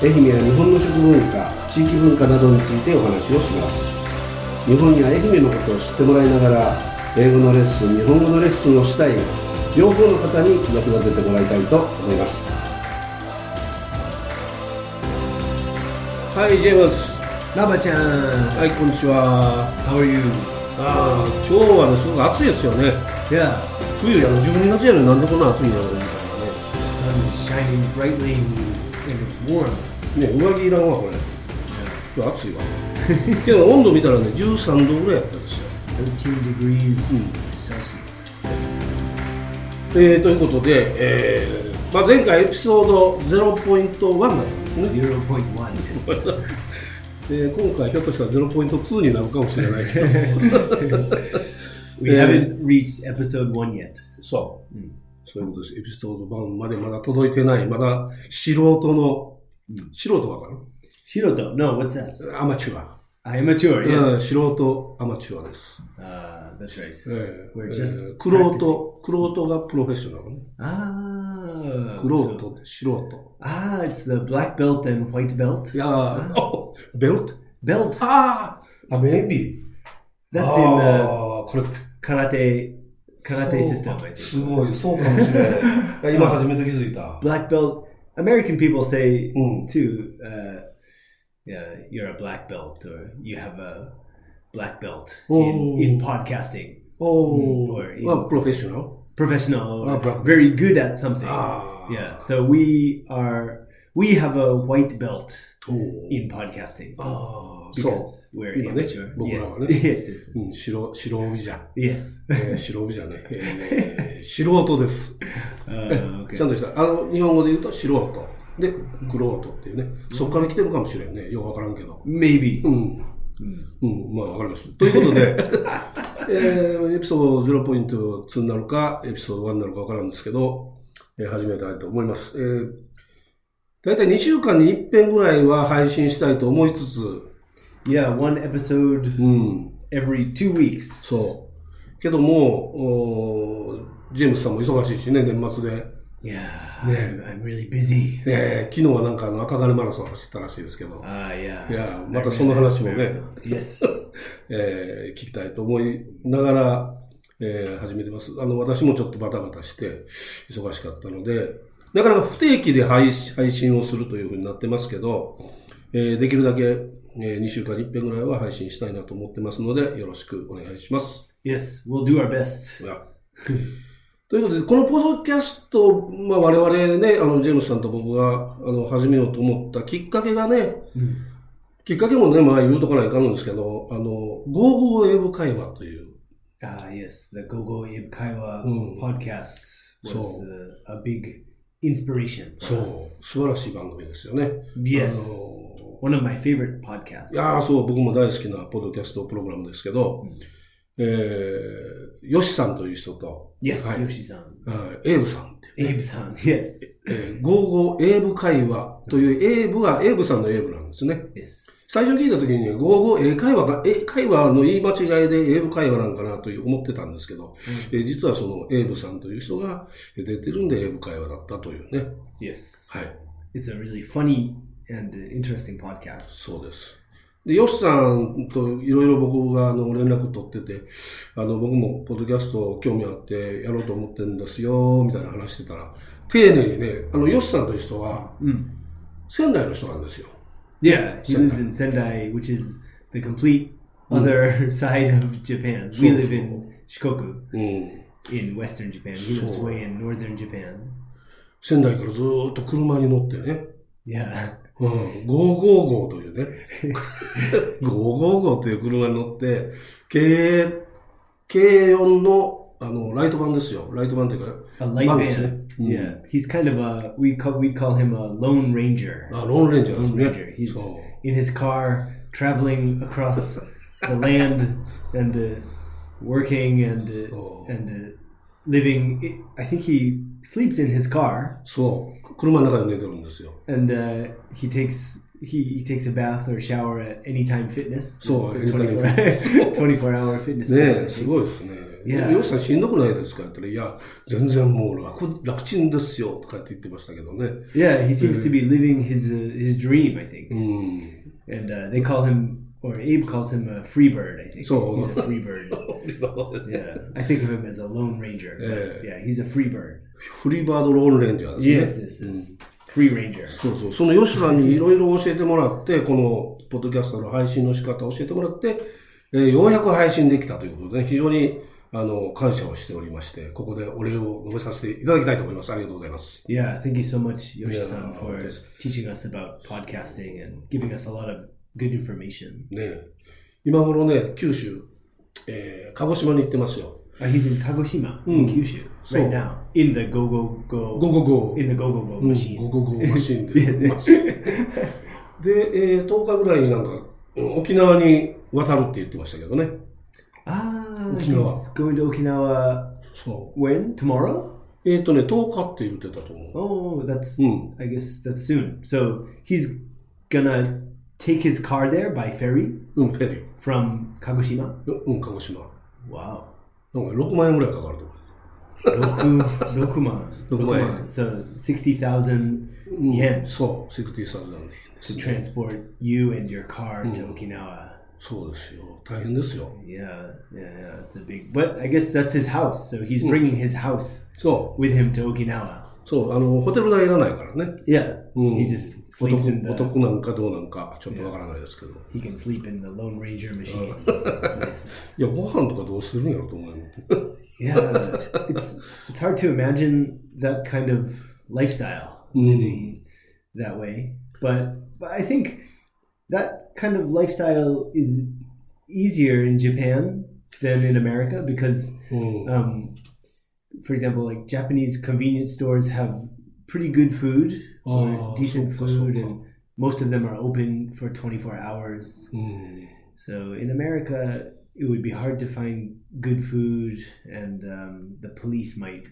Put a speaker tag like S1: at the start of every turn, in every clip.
S1: 愛媛や日本の食文化地域文化などについてお話をします日本や愛媛のことを知ってもらいながら英語のレッスン日本語のレッスンをしたい両方の方に役立ててもらいたいと思いますはいジェームス
S2: ラバちゃん、
S1: はいこんにちは
S2: how are you?
S1: あー今日はねすごく暑いですよね
S2: Yeah,
S1: 冬やの12月やのになんでこんな暑いんだろうみたいなね
S2: the sun is shining brightly and it's warm.
S1: ね上着いらんわこれ今日暑いわ けど温度見たらね13度ぐらいやったんですよ、
S2: 13 degrees
S1: Hmm.
S2: Celsius.
S1: えーということで、えーまあ、前回エピソード0.1だったんですね、
S2: 0.1.
S1: えー今回ひょっとしたら0.2になるかもしれないけど
S2: We haven't reached episode 1 yet. Hmm.
S1: そう、
S2: うん
S1: そういうことですエピソード版までまだ届いてないまだ素人の、
S2: うん
S1: 素人わかる
S2: Shiroto, no, what's that?
S1: アマチュア、
S2: I'm mature,
S1: うん
S2: yes.
S1: 素人アマチュアです、
S2: Uh, that's right.
S1: えー
S2: We're just
S1: えークロートクロートがプロフェッショナルね
S2: Ah,
S1: クロー
S2: so-
S1: ト素人
S2: ah, it's the black belt and white belt.
S1: いやー、おベルト
S2: Belt,
S1: ああ、メイビー。
S2: that's
S1: あ
S2: in the
S1: あ、コレクト。
S2: karate, karate system, I
S1: す
S2: think.
S1: ごい、そうかもしれ ない。今初めて気づいた。
S2: Black belt, American people say
S1: うん。
S2: too. Uh, yeah, you're a black belt, or you have a black belt
S1: Oh.
S2: in, in podcasting,
S1: お
S2: うん
S1: ー、はプロフェッショナル
S2: professional, or
S1: Ah, black belt.
S2: very good at something.
S1: ああ。
S2: Yeah, so we are we have a white belt
S1: おー
S2: in podcasting
S1: ああ、そ
S2: because we're
S1: You know, ne?
S2: immature.
S1: Bokura
S2: Yes.
S1: wa ne?
S2: yes, yes,
S1: う。うん、白、白帯じゃん。
S2: yes.
S1: えー白帯じゃね。えー素人です。
S2: Uh, okay.
S1: ちゃんとした。あの、日本語で言うと素人。で、クロートっていうね。そこから来てるかもしれんね。よくわからんけど。
S2: Maybe.
S1: うん。
S2: Mm.
S1: うん、まあわかります。ということで、 えーエピソード0.2になるか、エピソード1になるかわからんですけど、えー始めたいと思います。えー、だいたい2週間に1遍ぐらいは配信したいと思いつつ、
S2: Yeah, one episode
S1: うん、
S2: every two weeks.
S1: そう。けどもう、おージェームスさんも忙しいしね、年末で。
S2: Yeah,
S1: Ne.
S2: I'm, I'm really busy.
S1: えー昨日はなんかあの赤金マラソン走ったらしいですけど、
S2: Ah, yeah.
S1: いや、またその話もね、
S2: Yes.
S1: えー聞きたいと思いながら、えー始めてます。あの、私もちょっとバタバタして忙しかったので、なかなか不定期で配信配信をするというふうになってますけど、えーできるだけ、え2週間に1遍ぐらいは配信したいなと思ってますので、よろしくお願いします。
S2: Yes, we'll do our best.
S1: が ということで、このポッドキャスト、まあ、我々ね、あの、ジェームスさんと僕が、あの、始めようと思ったきっかけがね、きっかけもね、まあ、言うとかないかんですけど、あの、ゴーゴー英語会話という、
S2: Ah, yes, the Gogo Ib Kaiwa
S1: Mm.
S2: podcast was
S1: So-
S2: uh, a big inspiration for
S1: そう、
S2: us.
S1: 素晴らしい番組ですよね。
S2: Yes,
S1: あの
S2: one of my favorite podcasts.
S1: いやーそう、僕も大好きなポッドキャストプログラムですけど、
S2: うん
S1: えー、ヨシさんという人と、
S2: Yes,
S1: はい
S2: Yoshi-san,
S1: あーエイブさんっていう、
S2: Abe-san. Yes,
S1: えー、ゴーゴーエイブ会話という、エイブはエイブさんのエイブなんですね。
S2: yes,
S1: 最初聞いた時にね、ゴーゴー英会話が、英会話の言い間違いで英語会話なんかなという思ってたんですけど、えー実はそのエイブさんという人がえー出てるんで英語会話だったというね。
S2: yes.
S1: はい。
S2: It's a really funny and uh, interesting podcast.
S1: そうです。で、ヨシさんといろいろ僕があの連絡取ってて、あの僕もポッドキャスト興味あってやろうと思ってるんですよ、みたいな話してたら、丁寧にね、あのヨシさんという人は
S2: Mm.
S1: 仙台の人なんですよ。
S2: Yeah, he
S1: Sendai.
S2: lives in Sendai, which is the complete other side of Japan. We
S1: Hmm. So-
S2: live in Shikoku
S1: うん。
S2: in western Japan. He lives
S1: So-
S2: way in northern Japan.
S1: 仙台からずーっと車に乗ってね、
S2: Yeah.
S1: うん、555というね、555という車に乗って、K、K4 のあの、ライト版ですよ。ライト版というか、
S2: A light
S1: Mom,
S2: van.
S1: yeah.
S2: Yeah, he's kind of a we call we call him a lone ranger.
S1: あローンレンジャー
S2: Lone
S1: で
S2: ranger.
S1: すね。
S2: He's
S1: そう。
S2: in his car traveling across the land and uh, working and uh,
S1: Oh.
S2: and uh, living. I think he sleeps in his car
S1: そう。車の中で寝てるんですよ。
S2: and uh, he takes. He, he takes a bath or shower at Anytime Fitness.
S1: So,
S2: The
S1: Anytime
S2: 24,
S1: Fitness.
S2: 24 hour fitness.
S1: ねえ、
S2: place, I
S1: す
S2: think.
S1: ごいですね。
S2: いや
S1: よしさんしんどくないですかって言ったら、いや、全然もう楽、楽ちんですよとかって言ってましたけどね。
S2: Yeah, he seems to be
S1: Mm-hmm.
S2: living his uh, his dream, I think.
S1: うん。
S2: And uh, they call him, or Abe calls him a free bird, I think.
S1: So-
S2: he's a free bird. yeah, I think of him as a lone ranger. but yeah he's a free bird.
S1: フリーバードローンレンジャーですね。
S2: Yes, yes, yes. Free ranger.
S1: そうそう。そのヨシさんにいろいろ教えてもらって、このポッドキャストの配信の仕方を教えてもらって、えーようやく配信できたということで、ね、非常にあの感謝をしておりまして、ここでお礼を述べさせていただきたいと思います。ありがとうございます。
S2: Yeah, thank you so much,
S1: Yeah,
S2: Yoshi-san, for
S1: okay.
S2: teaching us about podcasting and giving us a lot of good information.
S1: ねえ今頃ね、九州、えー鹿児島に行ってますよ。
S2: Uh, he's in Kagoshima, in
S1: Mm.
S2: Kyushu,
S1: So-
S2: right now, in the Go Go
S1: ゴ
S2: Go,
S1: ゴゴ。
S2: in the Go Go Go
S1: うん
S2: machine.
S1: ゴゴゴマシン で。で、えー10日ぐらいになんか、うん沖縄に渡るって言ってましたけどね。
S2: Ah,
S1: Okinawa.
S2: he's going to Okinawa
S1: そ
S2: when? Tomorrow?
S1: う。えっ、とね、10日って言ってたと思う。
S2: Oh, that's
S1: うん。
S2: I guess that's soon. So he's gonna take his car there by ferry
S1: うん、フェリー。
S2: from Kagoshima.
S1: うん、鹿児島。
S2: Wow.
S1: なんか6万円ぐらいかかると思
S2: Roku,
S1: Rokuman.
S2: Rokuman. Rokuman. So 60,000
S1: う。うん、
S2: Yeah.
S1: そう、セクティーサーズなんでいいんです
S2: to transport you and your car to Okinawa.
S1: そうですよ。大変ですよ。
S2: Yeah, yeah, yeah. That's a big. But I guess that's his house. So he's bringing his house
S1: そ
S2: with him to Okinawa.
S1: う、そう、あの、ホテル代いらないからね。
S2: Yeah.
S1: うん。
S2: He just
S1: お
S2: sleeps in
S1: 得お
S2: the.
S1: 得なんかどうなんか、ちょっとわからないですけど。
S2: He can sleep in the Lone Ranger machine. Nice.
S1: いや、ご飯とかどうするんやろと思うよ。
S2: yeah, it's it's hard to imagine that kind of lifestyle
S1: Mm.
S2: living that way. But, but I think that kind of lifestyle is easier in Japan than in America because,
S1: うん。
S2: um, for example, like Japanese convenience stores have pretty good food
S1: Oh,
S2: or decent
S1: so- so-
S2: food,
S1: so-
S2: and most of them are open for twenty four hours.
S1: うん。
S2: So in America, it would be hard to find good food, and um, the police might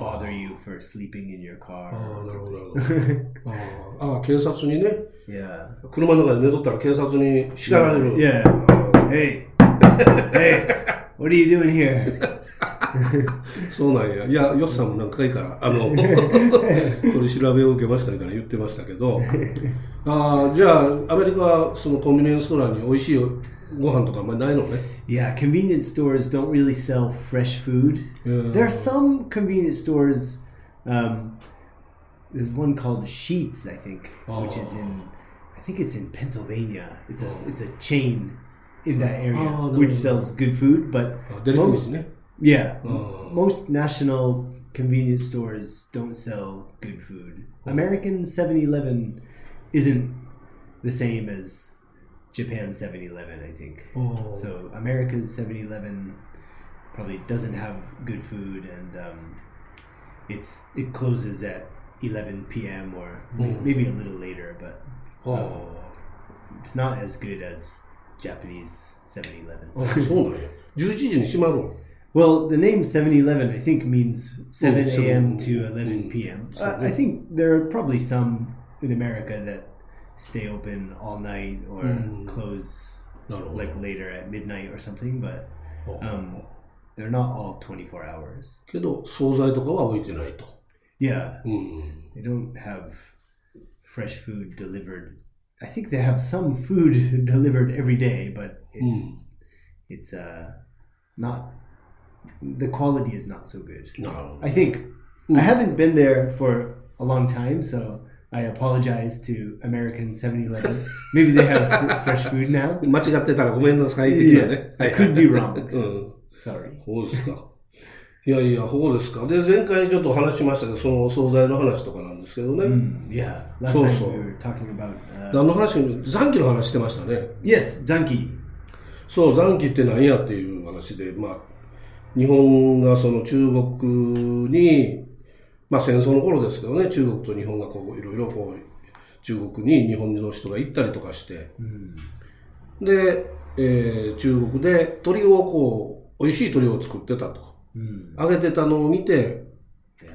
S2: bother you for sleeping in your
S1: あ
S2: car.
S1: あ、
S2: or
S1: なるほ
S2: something.
S1: ど、なる ほど。あーあー、警察にね、
S2: yeah.
S1: 車の中で寝とったら警察に叱られる。
S2: Yeah. Hey. hey. What are you doing here?
S1: そうなんや。いや、ヨシさんも何回か、 あの、取り調べを受けましたみたいな言ってましたけど、ああ、じゃあ、アメリカはそのコンビニエンスストアに美味しいご飯とかあんまりないのね。
S2: Yeah, convenience stores don't really sell fresh food.
S1: Yeah.
S2: There are some convenience stores. Um, there's one called Sheets, I think, which is in, I think it's in Pennsylvania. It's a it's a chain in that area
S1: Oh, no. Oh,
S2: which sells good food, but
S1: あデリフィスね。
S2: yeah,
S1: Oh.
S2: most national convenience stores don't sell good food.
S1: Oh.
S2: American 7-Eleven isn't the same as Japan 7-Eleven, I think.
S1: あー
S2: So America's 7-Eleven probably doesn't have good food, and um, it's it closes at 11 p.m. or may-
S1: Mm.
S2: maybe a little later, but
S1: あー
S2: it's not as good as Japanese 7-Eleven.
S1: あー、そうなんや。11時に閉まるの
S2: Well, the name 7-Eleven I think means 7
S1: seven-
S2: a.m. to
S1: mm,
S2: 11
S1: mm.
S2: p.m.
S1: So
S2: Uh, I
S1: good.
S2: think there are probably some in America that stay open all night or
S1: Mm.
S2: close
S1: なるほど。
S2: like later at midnight or something, but
S1: あー
S2: um, they're not all 24 hours.
S1: けど、惣菜とかは置いてないと。
S2: Yeah,
S1: うん。
S2: they don't have fresh food delivered. I think they have some food delivered every day, but it's it's uh not the quality is not so good.
S1: なるほど
S2: I。think I haven't been there for a long time, so I apologize to American 7-Eleven. Maybe they have f- fresh food now.
S1: 間違ってたらごめんなさい的な
S2: Yeah,
S1: ね。
S2: I could be wrong.
S1: うん。
S2: Sorry.
S1: そうですか。いやいや、ここですか。で、前回ちょっと話しましたけど、そのお惣菜の話とかなんですけどね。
S2: Mm, yeah, last
S1: So,
S2: time
S1: so.
S2: we were talking about uh,
S1: 何の話残機の話してましたね。
S2: yes, donkey.
S1: そう、残機って何やっていう話で、まあ、日本がその中国に、まあ戦争の頃ですけどね、中国と日本がこういろいろこう、中国に日本の人が行ったりとかして、
S2: Hmm.
S1: で、えー中国で鳥をこう、美味しい鳥を作ってたと。
S2: Mm.
S1: 揚げてたのを見て、
S2: Yeah.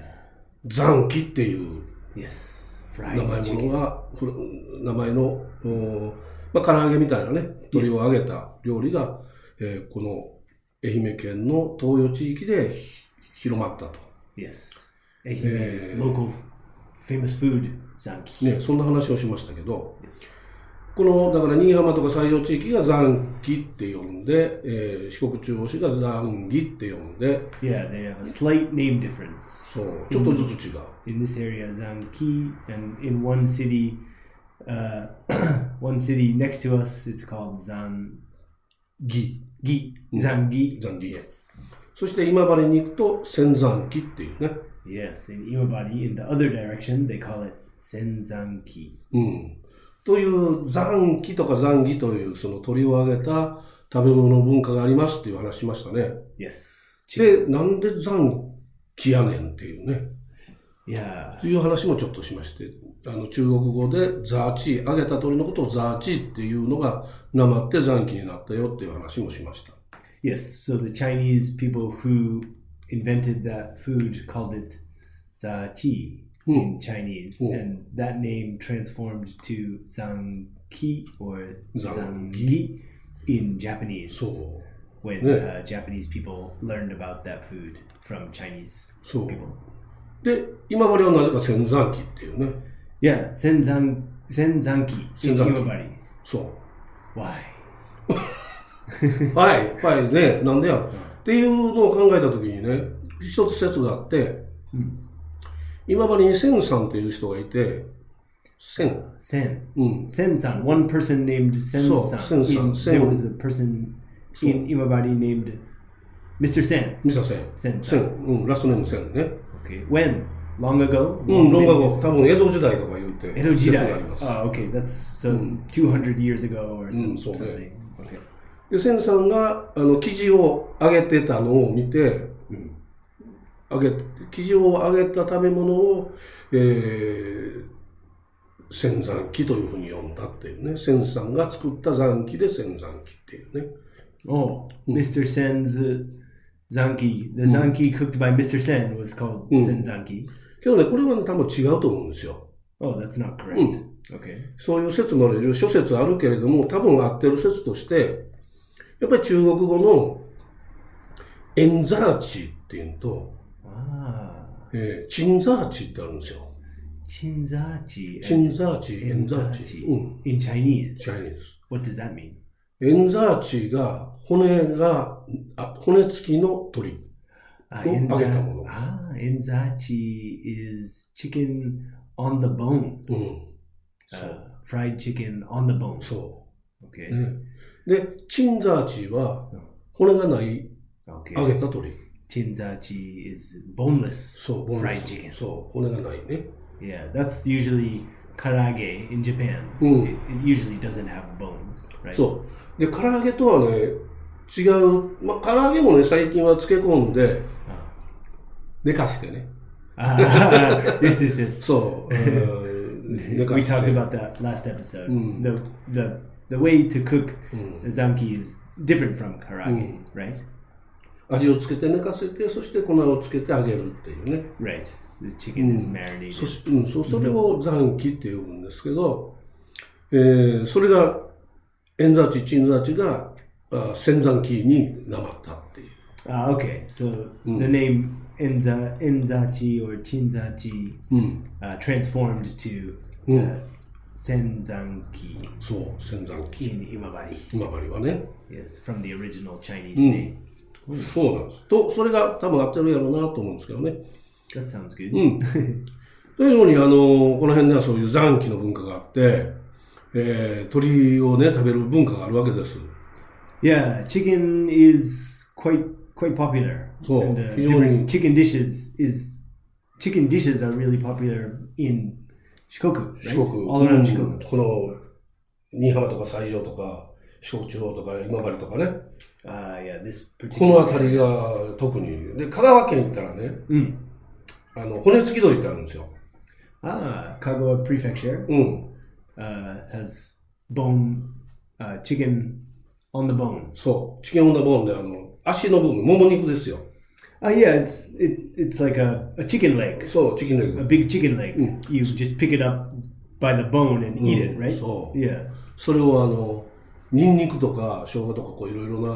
S1: 残機っていう
S2: Yes.
S1: 名
S2: Fried
S1: 前も
S2: chicken.
S1: のが、ふる名前の、うんまあ、唐揚げみたいなね、鳥を揚げた料理が、えーこの愛媛県の東洋地域でひ広まったと。
S2: Yes. Ehime's local famous food. Zanki.
S1: ね、そんな話をしましたけど、
S2: Yes.
S1: この、だから新居浜とか西条地域が残機って呼んで、えー四国中央市が残儀って呼んで、
S2: Yeah, they have a slight name difference.
S1: そう、ちょっとずつ違う。
S2: In this area, Zanki, and in one city, uh, one city next to us, it's called Zan
S1: 儀。
S2: Gi. Zangi.
S1: Zangi.
S2: Yes.
S1: そして今治に行くと、仙山機っていうね。
S2: Yes. In Imabari, in the other direction, they call it Senzanki.
S1: うん、という残機とか残儀というその鳥を揚げた食べ物文化がありますっていう話しましたね。
S2: Yes.
S1: で、なんで残機やねんっていうね、
S2: Yeah.
S1: という話もちょっとしまして、あの中国語でザーチー、揚げた鳥のことをザーチーっていうのがなまって残機になったよっていう話もしました。
S2: Yes. So the Chinese people who invented that food called it za chi in Chinese,
S1: Hmm.
S2: and that name transformed to zanki or
S1: Zangi.
S2: zangi in Japanese.
S1: そう。
S2: when
S1: Yeah.
S2: uh, Japanese people learned about that food from Chinese
S1: そう。
S2: people.
S1: で、今治はなぜか仙山機っていうね。
S2: Yeah, senzan senzanki in
S1: Senzanki.
S2: Imabari.
S1: そう。
S2: Why?
S1: はい、はいね、なんでやっていうのを考えたときにね、一つ説があって、
S2: うん
S1: 今治に千さんっていう人がいて、千、
S2: Sen
S1: うん、
S2: Sensan, one person named
S1: So,
S2: Sensan.
S1: Sen-san,
S2: In-
S1: Sen-
S2: There was a person in Imabari named Mr. Sen.
S1: ミサ千、千、
S2: Sensan.
S1: うん、ラストネーム千ね。
S2: Okay. When? Long ago?
S1: うん、ロンガ
S2: ago.
S1: 語、多分江戸時代とか言うて、
S2: Edo
S1: 説
S2: Jidai.
S1: があります。
S2: Ah, okay. That's so
S1: Mm.
S2: 200 years ago or
S1: Mm,
S2: some,
S1: so, yeah.
S2: something. Okay.
S1: で、千さんが、あの、生地を揚げてたのを見て、
S2: Mm.
S1: 揚げ、生地を揚げた食べ物を、えー、仙山機というふうに呼んだっていうね、千さんが作った山機で仙山機っていうね。
S2: Oh,
S1: Mm.
S2: Mr. Sen's uh, Zanki. The Zanki cooked by Mr. Sen was called
S1: Mm.
S2: Sen Zanki.
S1: けどね、これはね、多分違うと思うんですよ。
S2: Oh, that's not correct.
S1: Mm.
S2: Okay.
S1: そういう説もある、諸説あるけれども、多分合ってる説として、やっぱり中国語の、エンザーチっていうのと、
S2: Ah.
S1: えーチンザーチってあるんですよ。
S2: Chinzachi. and
S1: チンザーチ、エンザーチ。
S2: Enzachi.
S1: うん。
S2: In Chinese.
S1: チャイニーズ。
S2: What does that mean?
S1: エンザーチが、骨が、あ骨付きの鳥。
S2: Ah,
S1: Oh,
S2: enza-
S1: agetamolo.
S2: ah, enzachi is chicken on the bone.
S1: うん。そ
S2: Uh,
S1: う。
S2: fried chicken on the bone.
S1: そ
S2: Okay.
S1: う。ね、で、チンザーチは
S2: うん、
S1: 骨がない、
S2: Okay.
S1: 揚げた鳥。
S2: Chinzachi is boneless.
S1: そう、ボンレス
S2: Fried chicken.
S1: そう、骨がないね。
S2: Yeah, that's usually karage in Japan.
S1: Mm.
S2: It, it usually doesn't have bones, right?
S1: そう。で、唐揚げとはね、違う。まあ、唐揚げもね、最近は漬け込んで、寝かしてね。
S2: Ah, this is it.
S1: そう。え ー寝か
S2: we
S1: して。
S2: talked about that last episode.
S1: Mm.
S2: The the the way to cook
S1: うん、
S2: zamki is different from karage,
S1: Mm.
S2: right?
S1: 味をつけて寝かせて、そして粉をつけて揚げるっていうね。
S2: Right. The chicken is
S1: Mm.
S2: marinated.
S1: そしうん、そうそれを残機って呼ぶんですけど、えーそれが、円座地、鎮座地が、あ千山機になまったっていう。
S2: Ah, okay. So
S1: Hmm.
S2: the name enza enzachi or chinzachi
S1: うん。
S2: uh, transformed to uh,
S1: Hmm.
S2: senzanki
S1: そう、千山機。
S2: in Imabari.
S1: 今治はね。
S2: Yes, from the original Chinese
S1: Hmm.
S2: name.
S1: そうなんです。と、それが多分合ってるやろうなと思うんですけどね。
S2: That sounds good.
S1: Hmm. というように、あの、この辺ではそういう残機の文化があって、えー鳥をね、食べる文化があるわけです。
S2: Yeah, chicken is quite quite popular.
S1: So,
S2: and, uh,
S1: Oh, he's only-
S2: different chicken dishes is chicken dishes are really popular in Shikoku, right?
S1: 四国、
S2: all
S1: う
S2: around
S1: ん
S2: Shikoku.
S1: この、新居浜とか西条とか、四国地方とか、今治とかね、
S2: Uh, yeah, this
S1: この
S2: particular.
S1: 辺りが特に。で、香川県行ったらね、
S2: Mm.
S1: あの、骨付き鳥ってあるんですよ。
S2: Ah, Kagawa Prefecture
S1: うん。
S2: uh, has bone uh, chicken on the bone.
S1: そう。チキンオンダボーンで、あの、足の部分、もも肉ですよ。
S2: Uh, yeah, it's it, it's like a, a chicken leg,
S1: そう、チキンレ
S2: a
S1: グ。
S2: big chicken leg.
S1: Mm.
S2: You just pick it up by the bone and eat it,
S1: Mm,
S2: right?
S1: so.
S2: Yeah.
S1: それをあの、ニンニクとか生姜とかこういろいろな、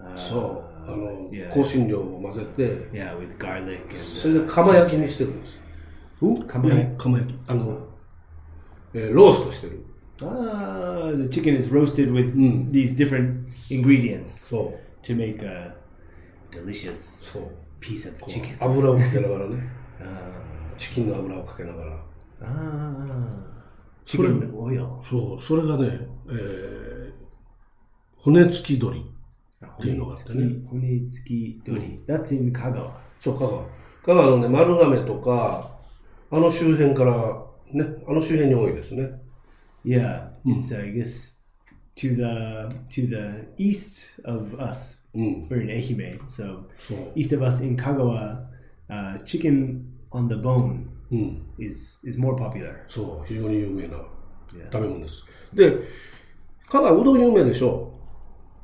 S2: あー
S1: そう、あの、
S2: Yeah.
S1: 香辛料を混ぜて、
S2: Yeah, with garlic and. uh,
S1: それで釜焼きにしてるんですよ。
S2: Ooh,
S1: ね釜焼き。あの、えーローストしてる。
S2: Ah, the chicken is roasted with
S1: Mm.
S2: these different ingredients
S1: そう、
S2: to make a delicious
S1: そう。
S2: piece of
S1: こう
S2: chicken.
S1: 油をかけながらね、
S2: Ah,
S1: チキンの油をかけながら。
S2: ah, chicken oil.
S1: そう、それがね、えー骨付き鶏。っていうのがあってね。
S2: 骨付き鳥。That's in Kagawa.
S1: そう、香川。香川のね、丸亀とか、あの周辺から、ね、あの周辺に多いですね。
S2: Yeah,
S1: Hmm.
S2: it's I guess to the to the east of us.
S1: うん。
S2: We're in Ehime, so
S1: そう。
S2: east of us in Kagawa, uh, chicken on the bone
S1: うん。
S2: is is more popular.
S1: そう、非常に有名な
S2: Yeah.
S1: 食べ物です。で、香川うどん有名でしょ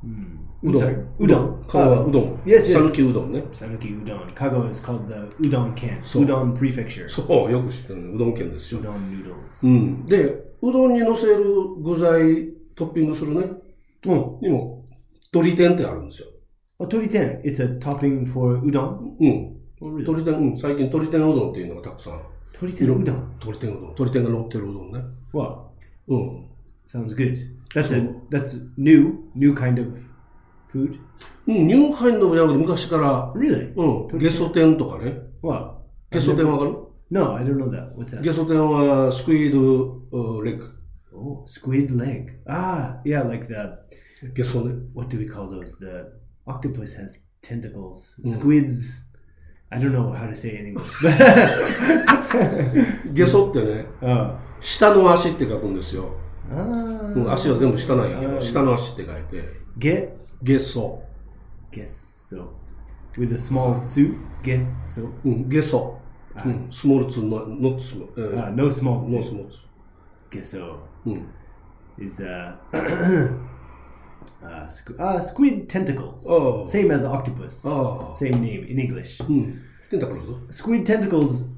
S2: Hmm. I'm
S1: うどん
S2: sorry,。udon.
S1: 香川うど
S2: Uh,
S1: ん。
S2: yes, yes.
S1: 讃岐うどんね。
S2: Sanuki udon. Kagawa is called the udon can.
S1: So-
S2: Udon prefecture.
S1: そう、よく知ってるね。うどん県ですよ。
S2: udon noodles.
S1: うん。で、うどんにのせる具材、トッピングするね。Hmm.
S2: Oh,
S1: にも、鶏天ってあるんですよ。
S2: otori ten. It's a topping for udon.
S1: うん。
S2: Oh, really?
S1: 鶏天、うん。最近鶏天うどんっていうのがたくさん。
S2: Otori ten udon.
S1: 鶏天うどん。鶏天が乗ってるうどんね。
S2: Wow,
S1: うん。
S2: sounds good. That's a
S1: So-
S2: that's new new kind of food.
S1: うん、ニューカインドもやるけど昔から、
S2: Really?
S1: うん、ゲソ天とかね。
S2: Wow.
S1: ゲソ天わかる
S2: No, I don't know that. What's that?
S1: ゲソ天はスクイードうんレッグ。
S2: Oh, squid leg. Ah, yeah, like the
S1: ゲソね。
S2: what do we call those? The octopus has tentacles. Squids. I don't know how to say it in English.
S1: ゲソってね、
S2: oh.
S1: 下の足って書くんですよ。うん、
S2: Ah.
S1: 足は全部下なんやけ
S2: う
S1: ど、
S2: ん
S1: 下の足って書いて、
S2: Get
S1: ゲソ。
S2: guess so. With a small tsu, get so.
S1: うん、ゲソ。うん、スモールツーの、ノッツスモー
S2: Ah,
S1: ル。
S2: no small
S1: ノース
S2: tsu.
S1: モールツ
S2: Get so.
S1: ー。うん。
S2: is uh, uh, squ- uh, squid tentacles.
S1: Oh. Hmm.
S2: Same as octopus.
S1: ああ。
S2: Same name in English.
S1: うん。テンタクルズ
S2: Squid tentacles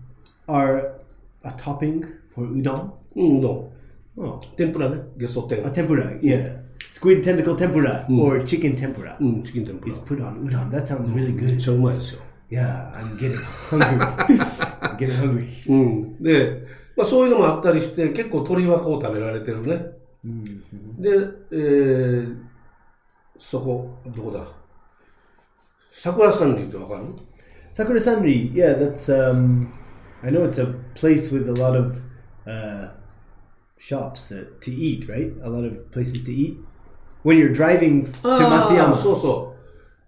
S2: are a topping for udon.
S1: うん、うどん。
S2: Oh,
S1: 天ぷらね。ゲソ天
S2: a。tempura. Yeah, squid tentacle tempura or chicken tempura
S1: うん、チキン天ぷら
S2: is。put on udon. That sounds really
S1: めっ
S2: good.
S1: ちゃうまいですよ。
S2: Yeah, I'm getting hungry. I'm getting hungry.
S1: うん。で、まあそういうのもあったりして、結構鳥はこう食べられてるね。で、えー、そこ、どこだ桜山林ってわかる
S2: Sakura Sanri, yeah, that's um, I know it's a place with a lot of uh, shops uh, to eat, right? A lot of places to eat. When you're driving to
S1: そ
S2: Matsuyama,
S1: うそ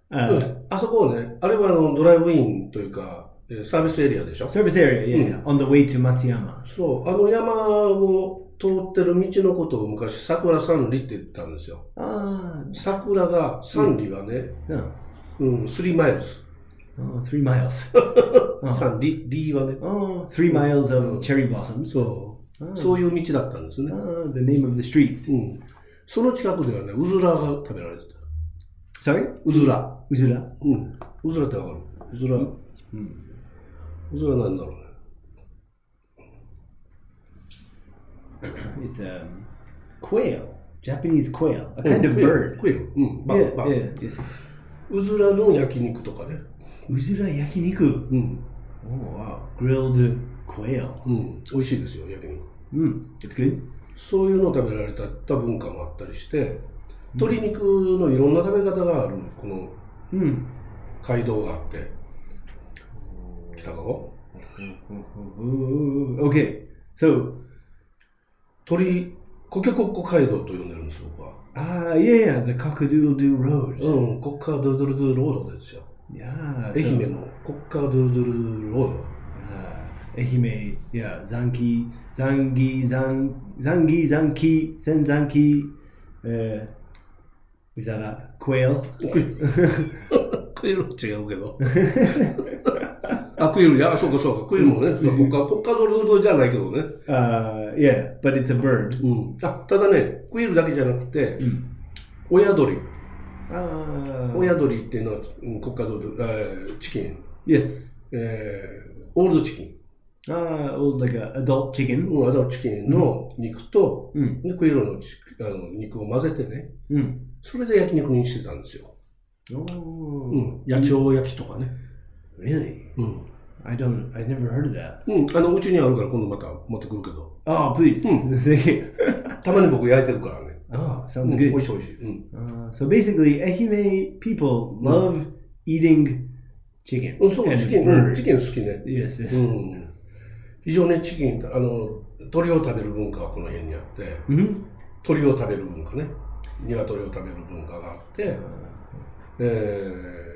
S1: う。
S2: uh,
S1: あそこをね、あれはあのドライブインというか、えーサービスエリアでしょ。
S2: service area, yeah, yeah, on the way to Matsuyama.
S1: そう、あの山を通ってる道のことを昔、桜山林って言ってたんですよ。
S2: Ah,
S1: 桜が、山林はね、
S2: no,
S1: うん、3マイルス。
S2: oh, three miles.
S1: 山林、林はね。
S2: Oh, three miles of cherry blossoms.
S1: そう、そういう道だったんですね。
S2: Ah, the name of the street.
S1: うん。その近くではね、うずらが食べられてた。
S2: Sorry,
S1: うずら。
S2: Uzura.
S1: うん。うずらってわかるうずら。うん。うずらなんだろうね。
S2: It's um, quail, Japanese quail,
S1: Oh,
S2: a kind of
S1: クエ
S2: bird.
S1: クエよ。うん。バ
S2: Yeah,
S1: ンバ
S2: yeah,
S1: ン。
S2: yes.
S1: うずらの焼肉とかね。
S2: Uzura yakiniku.
S1: うん。
S2: Oh wow, grilled quail.
S1: うん。美味しいですよ、焼肉。
S2: Mm, it's good.
S1: そういうのを食べられた文化もあったりして、鶏肉のいろんな食べ方がある、この
S2: Mm.
S1: 街道があって。北川
S2: Okay, so
S1: 鳥、コケコッコ街道と呼んでるんですよ、僕は。
S2: ah yeah, yeah, the Cockadoodle-Doo Road.
S1: うん、国家ドゥルドゥルドゥロードですよ。
S2: Yeah,
S1: 愛
S2: so,
S1: 媛の国家ドゥルドゥルドゥロード。
S2: ah, Ehime. Yeah, Zanki, Zangi, Zang, Zangi, Zanki, Senzanki. Uh, Was that a quail?
S1: クエルは違うけど。 あ、クエルね。あ、そうかそうか。クエルもね。国家、国家ドルドじゃないけどね。
S2: Uh, yeah, but it's a bird. Hmm.
S1: うん。あ、ただね、クエルだけじゃなくて、親鳥。
S2: Uh,
S1: 親鳥っていうのは、うん国家ドルド、えーチキン。
S2: yes.
S1: えーオールドチキン。
S2: Uh, old like a adult chicken.
S1: うん、アダルトチキンの肉と、
S2: Mm.
S1: でクエルのチあの肉を混ぜてね、
S2: Mm.
S1: それで焼肉にしてたんですよ。
S2: Oh,
S1: うん。野鳥焼きとかね。
S2: really?
S1: うん。
S2: I don't. I never heard of that.
S1: うん。あの、うちにあるから今度また持ってくるけど。
S2: Oh, please. Thank you.
S1: たまに僕焼いてるからね。
S2: oh,
S1: う
S2: sounds
S1: ん、美
S2: good.
S1: 味しい美味しい。うん。
S2: Uh, so basically, Ehime people love eating Oh, chicken hmm,
S1: うん、そう、
S2: and
S1: チキン、うん、
S2: birds.
S1: チキン好きね。
S2: Yes, yes.
S1: うん。非常にチキン、あの、鳥を食べる文化はこの辺にあって、
S2: Mhm.
S1: 鳥を食べる文化ね。鶏を食べる文化があって、え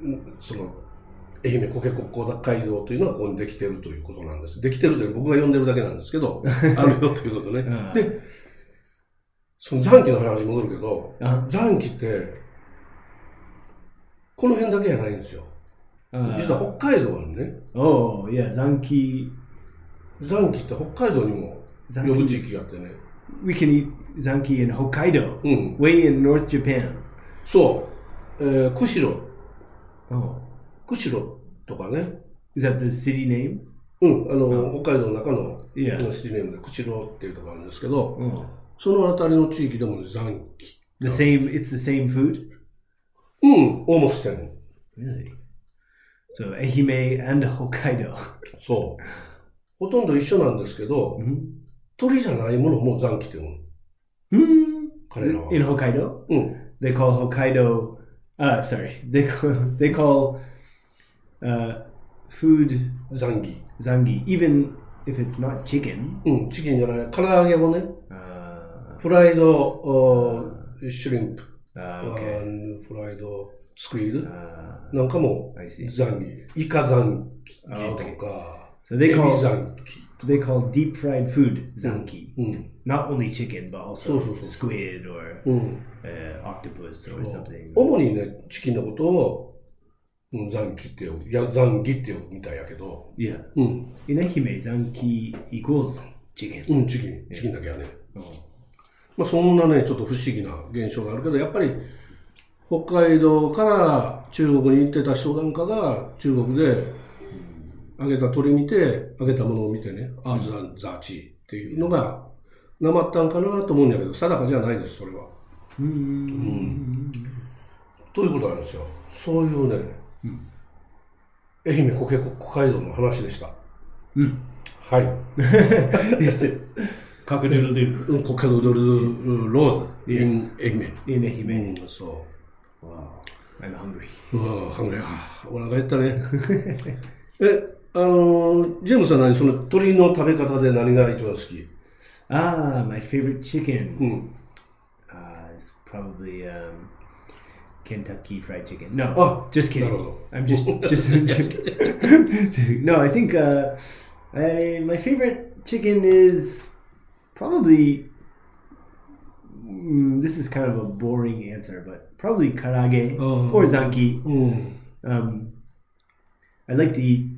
S1: ーうんその愛媛苔国交街道というのがここにできてるということなんです。できてるという僕が呼んでるだけなんですけ ど、あるよということね。
S2: Uh,
S1: で、その残機の話に戻るけど、
S2: uh,
S1: 残機って、この辺だけじゃないんですよ。実
S2: uh,
S1: は北海道にね、
S2: oh, yeah, Zanki.
S1: 残機って北海道にも呼ぶ地
S2: Zanki.
S1: 域があってね。
S2: We can eat Zanki in Hokkaido,
S1: うん。
S2: way in North Japan.
S1: そう、えー、釧路、
S2: Oh,
S1: 釧路とかね、
S2: is that the city name?
S1: うん、あの、北海道の中の
S2: Yeah.
S1: のシティネームで釧路っていうところあるんですけど、
S2: Oh.
S1: その辺りの地域でもね、残機。
S2: The same. It's the same food.
S1: うん、大本線。
S2: Really. So Ehime and Hokkaido.
S1: そう。ほとんど一緒なんですけど、
S2: Mhm.
S1: 鳥じゃないものも残機ってもの、
S2: Hmm.
S1: 彼らは。
S2: In Hokkaido.
S1: うん。
S2: they call Hokkaido. Uh, sorry, they call, they call uh, food
S1: 残機。
S2: zangi, even if it's not chicken.
S1: うん、チキンじゃない。唐揚げもね、
S2: Uh,
S1: フライド、おーシュリンプ、
S2: uh,
S1: あ
S2: okay.
S1: ーフライド、スクイール
S2: Uh,
S1: なんかも
S2: I see.
S1: 残機。イカ残機
S2: あー
S1: とか、
S2: So
S1: エ
S2: they
S1: ビ
S2: call
S1: 残機。
S2: they call deep fried food zangi,
S1: うん。
S2: not only chicken but also
S1: So, so, so.
S2: squid or
S1: うん。
S2: uh, octopus
S1: Oh.
S2: or something.
S1: 主にね、チキンのことを、うん、残機って呼ぶ。いや、残機って呼ぶみたいやけど。
S2: Yeah,
S1: うん。
S2: in Ehime, zangi equals chicken.
S1: うん、チキン。チキンだけはね。
S2: Oh.
S1: まあ、そんなね、ちょっと不思議な現象があるけど、やっぱり、北海道から中国に行ってた人なんかが、中国で揚げた鳥見て、揚げたものを見てね、あ、ザ、ザチっていうのが、なまったんかなと思うんだけど、定かじゃないです、それは。
S2: Mm.
S1: ということなんですよ。そういうね、
S2: うん
S1: 愛媛国国海道の話でした。
S2: Mm.
S1: はい。
S2: yes, yes. Cockadoodle doo
S1: うん、国家ドルロード、
S2: Yes.
S1: 愛媛。
S2: in Ehime.
S1: うん、そ
S2: Wow, I'm hungry.
S1: う。うん、ハングリー。あお腹減ったね。 え、あのー、ジェームスさん何その鳥の食べ方で何が一番好き
S2: Ah, my favorite
S1: う
S2: chicken
S1: ん。Hmm.
S2: uh, is probably um, Kentucky Fried Chicken. No,
S1: Oh,
S2: just
S1: no,
S2: kidding.
S1: no, no.
S2: I'm just just, just- no. I think uh, I, my favorite chicken is probably. Mm, this is kind of a boring answer, but probably karage
S1: Oh.
S2: or zanki.
S1: うん。
S2: Um, I like to eat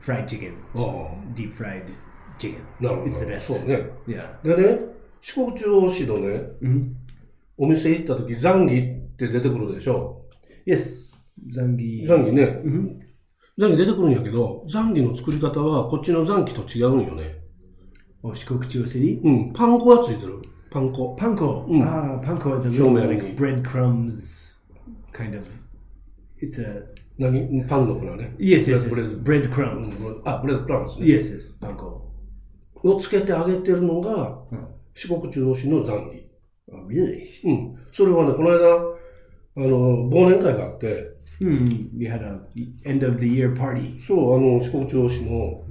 S2: fried chicken,
S1: ああ、
S2: deep fried chicken.
S1: なるほ
S2: It's the
S1: ど。
S2: best.
S1: そうね。
S2: Yeah.
S1: でね、四国中央市のね、
S2: Mhm.
S1: お店行った時、ザンギって出てくるでしょ。
S2: Yes. Zangi.
S1: ザンギね、
S2: Mhm.
S1: ザンギ出てくるんやけど、ザンギの作り方はこっちのザンギと違うんよね。
S2: Oh, Shikokuchi City.
S1: うん、パン粉がついてる。パン粉。
S2: Panko.
S1: Mm.
S2: Ah, panko are the
S1: Yo,
S2: little
S1: man.
S2: like breadcrumbs kind of. It's a.
S1: 何パンの粉ね。
S2: Yes, yes, yes.
S1: ブレブレ
S2: Breadcrumbs.
S1: あ、ブレードプランですね。
S2: Yes, yes. Panko.
S1: をつけてあげてるのが、
S2: うん
S1: 四国中央市の残儀。
S2: Oh, really?
S1: うん。それはね、この間、あの、忘年会があって、
S2: Hmm. You had a end of the year party.
S1: そう、あの、四国中央市の、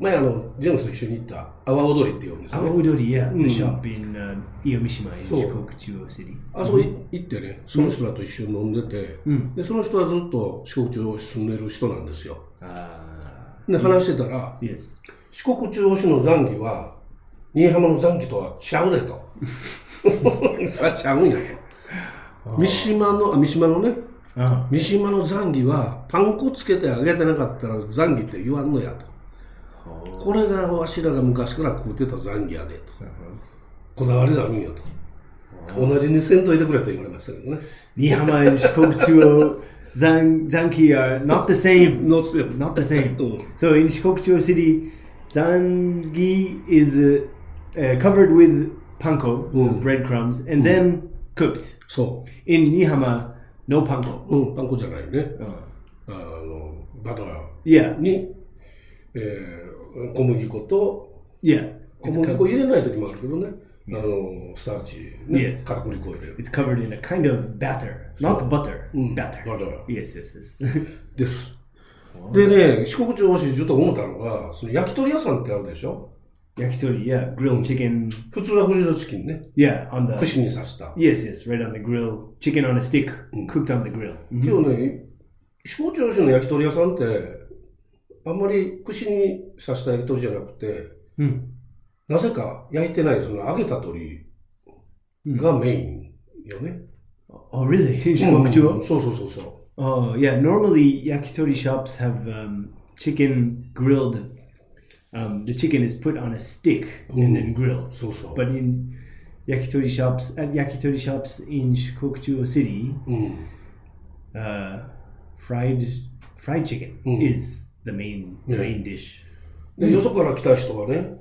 S1: 前あの、ジェームスと一緒に行った、阿波踊りっていうお店、
S2: Our
S1: ね。
S2: Udori, Oh, yeah. The
S1: Mm.
S2: shop in uh, Iomishima in
S1: So-
S2: Shikokuchi City.
S1: あそこい行ってね、その人らと一緒に飲んでて、
S2: Mm.
S1: で、その人はずっと四国中央市住んでる人なんですよ。
S2: Ah.
S1: で、話してたら、
S2: Yes.
S1: 四国中央市の残儀は、新居浜の残儀とは違うでと。それはちゃうんやと。三島の、あ、三島のね、
S2: Uh-huh.
S1: 三島のザンギはパン粉つけてあげてなかったらザンギって言わんのやと。これがわしらが昔から食うてたザンギやでと。こだわりがあるんやと。同じにせんといてくれと言われましたけどね。
S2: Nihama and Shikokuchuo Zan Zanki are not the same.
S1: のせよ。
S2: Not the same.
S1: Mm.
S2: So in Shikokuchuo City, Zangi is uh, uh, covered with panko,
S1: Mm.
S2: breadcrumbs, and then cooked.
S1: そ
S2: In Nihama, no panko.
S1: う。うん、パン粉じゃないね。
S2: Uh,
S1: あの、バター
S2: yeah,
S1: に、えー小麦粉と
S2: yeah.
S1: 小
S2: It's,
S1: 麦粉
S2: co-
S1: 入れない時もあるけどね、あのスターチ、ね
S2: Yes.
S1: 片栗粉入れる
S2: it's covered in a kind of batter, not Hmm. butter. Batter.
S1: Butter.
S2: Yes, yes, yes.
S1: ですでね四国地方市でちょっと思ったのがその焼き鳥屋さんってあるでしょ
S2: Yakitori, yeah, grilled chicken.
S1: 普通はフリードチキンね
S2: Yeah, on the
S1: 串に刺した、
S2: Yes, yes, right on the grill. Chicken on a stick, cooked on the grill.
S1: 今日ね四国地方市の焼き鳥屋さんってあんまり串に刺した焼き鳥じゃなくて
S2: Mm.
S1: なぜか焼いてないその揚げた鳥がメインよね、
S2: Oh, really? In
S1: うん
S2: Shikokuchuo?
S1: そうそうそうそう
S2: Oh, yeah. Normally, yakitori shops have um, chicken grilled. Um, the chicken is put on a stick and then grilled.
S1: そうそう
S2: But in yakitori shops, at yakitori shops in Shikokuchuo City,
S1: うん、
S2: uh, fried fried chicken
S1: Mm.
S2: is the main the main dish.
S1: でよそから来た人がね、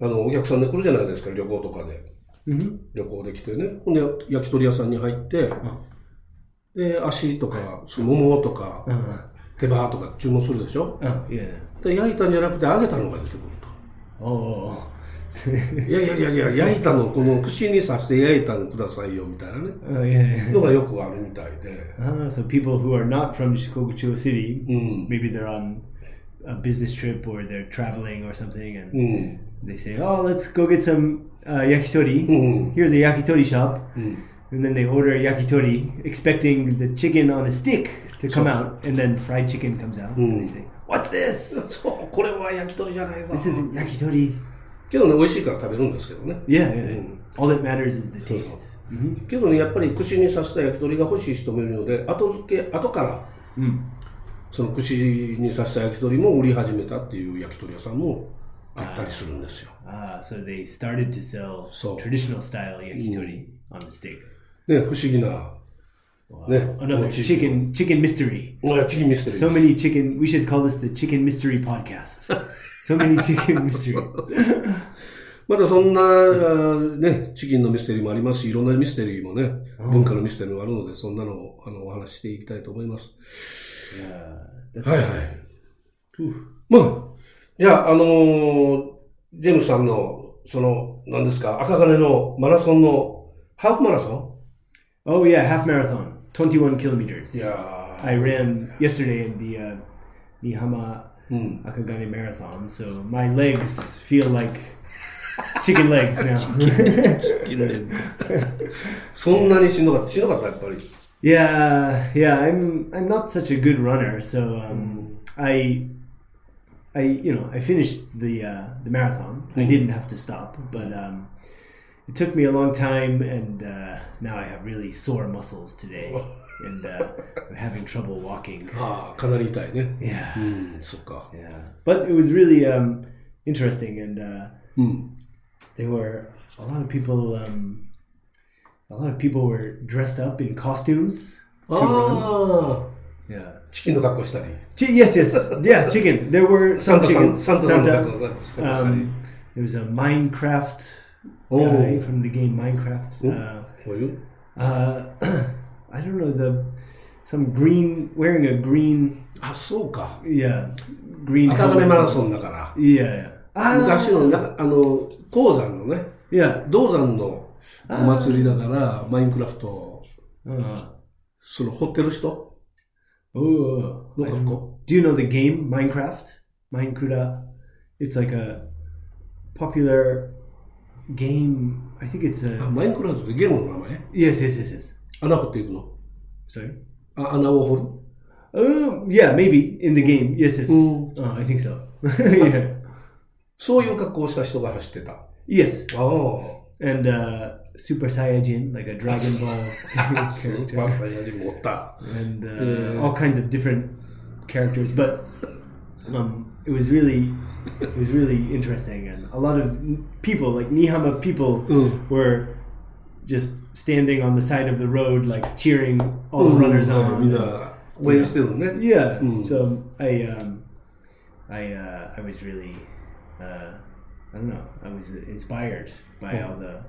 S1: あのお客さんで来るじゃないですか旅行とかで
S2: Mm-hmm.
S1: 旅行で来てねほんで焼き鳥屋さんに入って、
S2: Oh,
S1: で足とかその桃とか、手羽とか注文するでしょ
S2: Oh, yeah.
S1: で焼いたんじゃなくて揚げたのが出てくる
S2: Oh.
S1: といやいやいやいや焼いたのこの串に刺して焼いたのくださいよみたいなね
S2: oh, yeah.
S1: のがよくあるみたいで
S2: Ah, so people who are not from Shikokucho City,
S1: Mm.
S2: maybe they're on a business trip or they're traveling or something, and
S1: うん
S2: they say, "Oh, let's go get some uh, yakitori."
S1: Mm.
S2: Here's a yakitori shop,
S1: うん、
S2: and then they order yakitori, expecting the chicken on a stick to come out, and then fried chicken comes out, and they say, "What's this?
S1: そうこれは焼き鳥じゃないぞ
S2: This isn't yakitori."
S1: けどね美味しいから食べるんですけどね
S2: Yeah, yeah, yeah. all that matters is the taste. Mm-hmm.
S1: けどねやっぱり串に刺した焼き鳥が欲しい人もいるので後付け後から
S2: Mm.
S1: その串に刺した焼き鳥も売り始めたっていう焼き鳥屋さんもあったりするんですよ。
S2: Ah, so they started to sell
S1: So-
S2: traditional style yakitori on the stick.
S1: ね不思議な、ね
S2: Another
S1: 地域
S2: Oh, chicken chicken mystery.
S1: あチキンミステリー
S2: So many chicken. We should call this the chicken mystery podcast. So many chicken mysteries.
S1: またそんな、あーね、チキンのミステリーもありますしいろんなミステリーもね文化のミステリーもあるのでそんなのをあのお話ししていきたいと思います。
S2: Yeah, that's
S1: はいはい
S2: interesting.。
S1: まあ、じゃあ、あのージェームスさんの、その、何ですか、赤金のマラソンの、ハーフマラソ
S2: Oh yeah, half marathon, twenty-one kilometers.
S1: ンいや
S2: I ran yesterday at the uh, Nihama
S1: うん。
S2: Akagane Marathon, so my legs feel like chicken legs now.
S1: そんなにしんどかった、しんどかった、やっぱり。
S2: Yeah, yeah, I'm I'm not such a good runner, so um, I I you know I finished the uh, the marathon. I didn't have to stop, but um, it took me a long time, and uh, now I have really sore muscles today, and uh, I'm having trouble walking.
S1: ああ、かなり痛いね。う
S2: Yeah,
S1: ん、そっか。
S2: yeah, but it was really um, interesting, and uh,
S1: うん。
S2: there were a lot of people. Um, a lot of people were dressed up in costumes.
S1: ああ、
S2: Yeah.
S1: チキンの格好したり、
S2: Chi yes, yes, yeah, chicken. There were
S1: サン
S2: some
S1: タさん、
S2: chickens.
S1: サンタさんの格好
S2: Santa.
S1: 格好したり。
S2: Um, there was a Minecraft
S1: Oh.
S2: guy from the game Minecraft.
S1: そういう
S2: Uh, uh, I don't know the some green wearing a green
S1: あ、そうか。
S2: yeah green
S1: 赤金
S2: helmet.
S1: マラソンだから。
S2: Yeah, yeah.
S1: 昔の、なんかあの、鉱山のね、
S2: yeah.
S1: 銅山のお祭りだから、マインクラフト、
S2: Uh,
S1: その掘ってる人
S2: oh,
S1: の
S2: I
S1: 格
S2: don't-
S1: 好。
S2: do you know the game Minecraft? Minecraft. It's like a popular game. I think it's
S1: あ
S2: a
S1: マインクラフトってゲームの名前
S2: yes, yes, yes, yes.
S1: 穴掘っていくの
S2: Sorry.
S1: あ穴を掘る
S2: Um, yeah, maybe in the game. Yes, yes.
S1: Mm.
S2: Uh, I think so. yeah.
S1: そういう格好をした人が走ってた。あ
S2: Yes.
S1: あ。
S2: and uh, Super Saiyajin, like a Dragon Ball
S1: スー
S2: character,
S1: パーサイヤ人もおった。
S2: and uh,
S1: Yeah.
S2: all kinds of different characters. But um, it was really, it was really interesting, and a lot of people, like Nihama people,
S1: Mm.
S2: were just standing on the side of the road, like cheering all the runners
S1: うんみん
S2: on.
S1: な応援してるのね。
S2: Yeah.
S1: Mm.
S2: So I, um, I, uh, I was really, uh, I don't know, I was inspired by all the,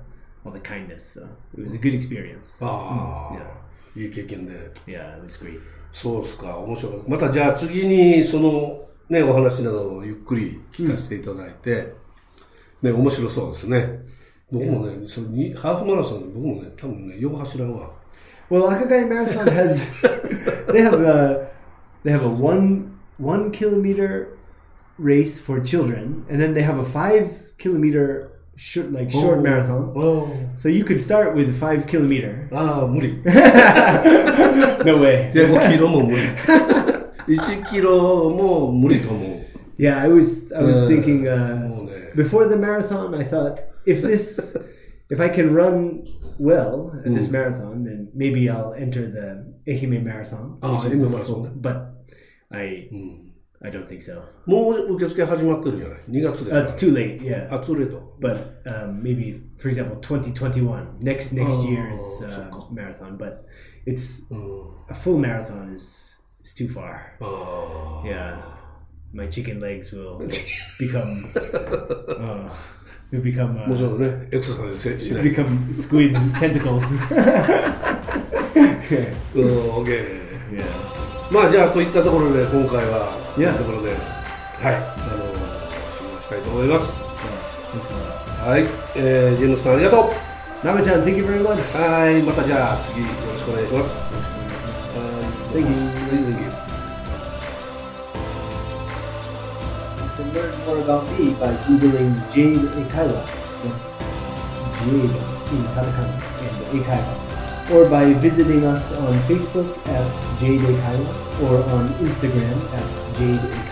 S2: all the kindness. So it was a good experience.
S1: ああ、いい経験で。
S2: Yeah, it was great.
S1: そうですか、面白かった。またじゃあ次にそのね、お話などをゆっくり聞かせていただいて、ね、面白そうですね。僕もね、それにハーフマラソン、僕もね、多分ね、よう走らんわ。
S2: Well, Akagai Marathon has, they have a, they have a one one kilometer race for children, and then they have a five kilometer short like short marathon.
S1: お
S2: So you could start with five kilometer.
S1: ああ、無理。
S2: No way.
S1: で、5キロも無理。1キロも無理と思う。
S2: Yeah, I was I was
S1: Uh,
S2: thinking uh,
S1: more there.
S2: before the marathon. I thought if this if I can run well at this marathon, then maybe I'll enter the Ehime Marathon.
S1: Ah,
S2: which is
S1: Ehime
S2: the
S1: Marathon.
S2: full- But I
S1: うん、
S2: I don't think so.
S1: もう受付始まってるんじゃない ?2 月で
S2: That's
S1: し
S2: too late. Yeah.
S1: ょ。アツレート。
S2: but um, maybe for example 2021 next next
S1: Oh, Mm.
S2: year's uh,
S1: so-called.
S2: marathon but it's
S1: うん、
S2: a full marathon is is too far
S1: ああ。
S2: yeah my chicken legs will become uh, will become
S1: もち
S2: uh,
S1: ろんね、エクササイズせしない。
S2: become squid tentacles
S1: うん、オッケー。
S2: yeah
S1: まあじゃあといったところで今回はこ
S2: い
S1: ん
S2: や
S1: なところではいあの終了したいと思います
S2: so, thanks so much
S1: はい、えー、ジェームスさんありがとう
S2: Nama-chan thank you very much
S1: はいまたじゃあ次よろしくお願いしますはい Thank you
S2: You can learn more about me by googling Jade Eikawa. That's Jade in katakana and Eikawa. Or by visiting us on Facebook at Jade Eikawa or on Instagram at Jade Eikawa.